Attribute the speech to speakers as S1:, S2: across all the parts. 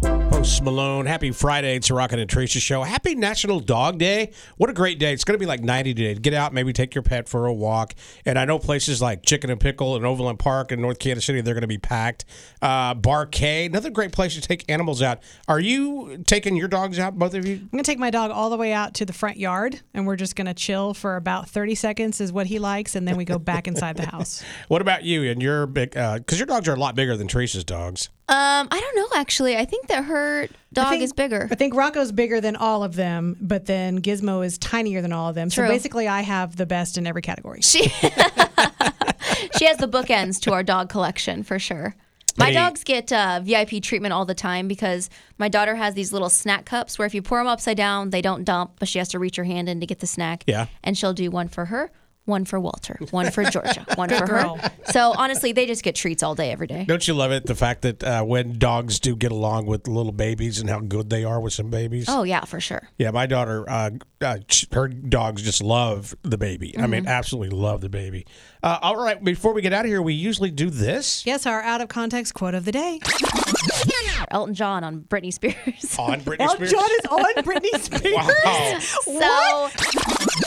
S1: Post Malone. Happy Friday. It's the Rocket and Teresa show. Happy National Dog Day. What a great day. It's going to be like 90 today. Get out, maybe take your pet for a walk. And I know places like Chicken and Pickle and Overland Park and North Kansas City, they're going to be packed. Uh, Bar K, another great place to take animals out. Are you taking your dogs out, both of you?
S2: I'm gonna take my dog all the way out to the front yard, and we're just gonna chill for about 30 seconds, is what he likes, and then we go back inside the house.
S1: What about you and your big, because your dogs are a lot bigger than Teresa's dogs.
S3: Um, I don't know actually. I think that her dog
S2: I think-
S3: is bigger.
S2: I think Rocco's bigger than all of them, but then Gizmo is tinier than all of them.
S3: True.
S2: So basically, I have the best in every category.
S3: She she has the bookends to our dog collection for sure. My
S1: Hey.
S3: dogs get uh, VIP treatment all the time because my daughter has these little snack cups where if you pour them upside down, they don't dump, but she has to reach her hand in to get the snack.
S1: Yeah.
S3: And she'll do one for her, one for Walter, one for Georgia, one for
S2: girl.
S3: her. So honestly, they just get treats all day, every day.
S1: Don't you love it? The fact that uh, when dogs do get along with little babies and how good they are with some babies.
S3: Oh, yeah, for sure.
S1: Yeah, my daughter, uh, uh, sh- her dogs just love the baby. I
S2: Mm-hmm.
S1: mean, absolutely love the baby. Uh, all right, before we get out of here, we usually do this
S2: Yes, our out of context quote of the day.
S3: Elton John on Britney Spears.
S1: on Britney
S2: Elton
S1: Spears.
S2: John is on Britney Spears.
S1: Wow.
S3: so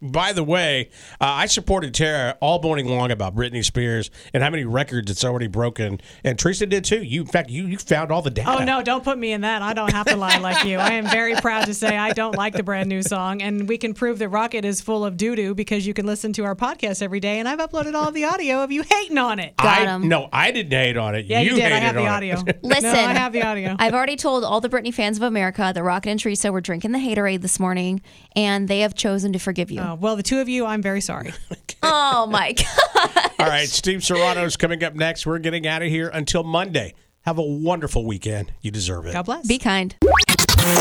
S1: By the way, uh, I supported Tara all morning long about Britney Spears and how many records it's already broken, and Teresa did too. You, in fact, you you found all the data.
S2: Oh no! Don't put me in that. I don't have to lie like you. I am very proud to say I don't like the brand new song, and we can prove that Rocket is full of doo doo because you can listen to our podcast every day, and I've uploaded all the audio of you hating on it.
S1: I,
S3: Got 'em.
S1: No, I didn't hate on it.
S2: Yeah, you, did. I
S1: hated
S2: have the
S1: on it.
S2: audio.
S3: Listen,
S2: no, I have the audio.
S3: I've already told all the Britney fans of America that Rocket and Teresa were drinking the haterade this morning, and they have chosen to forgive you.
S2: Uh,
S3: Oh,
S2: well, the two of you, I'm very sorry.
S3: my God.
S1: All right, Steve Serrano is coming up next. We're getting out of here until Monday. Have a wonderful weekend. You deserve it.
S2: God bless.
S3: Be kind.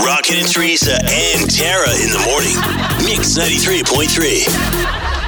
S4: Rocket and Teresa and Tara in the morning. Mix 93.3.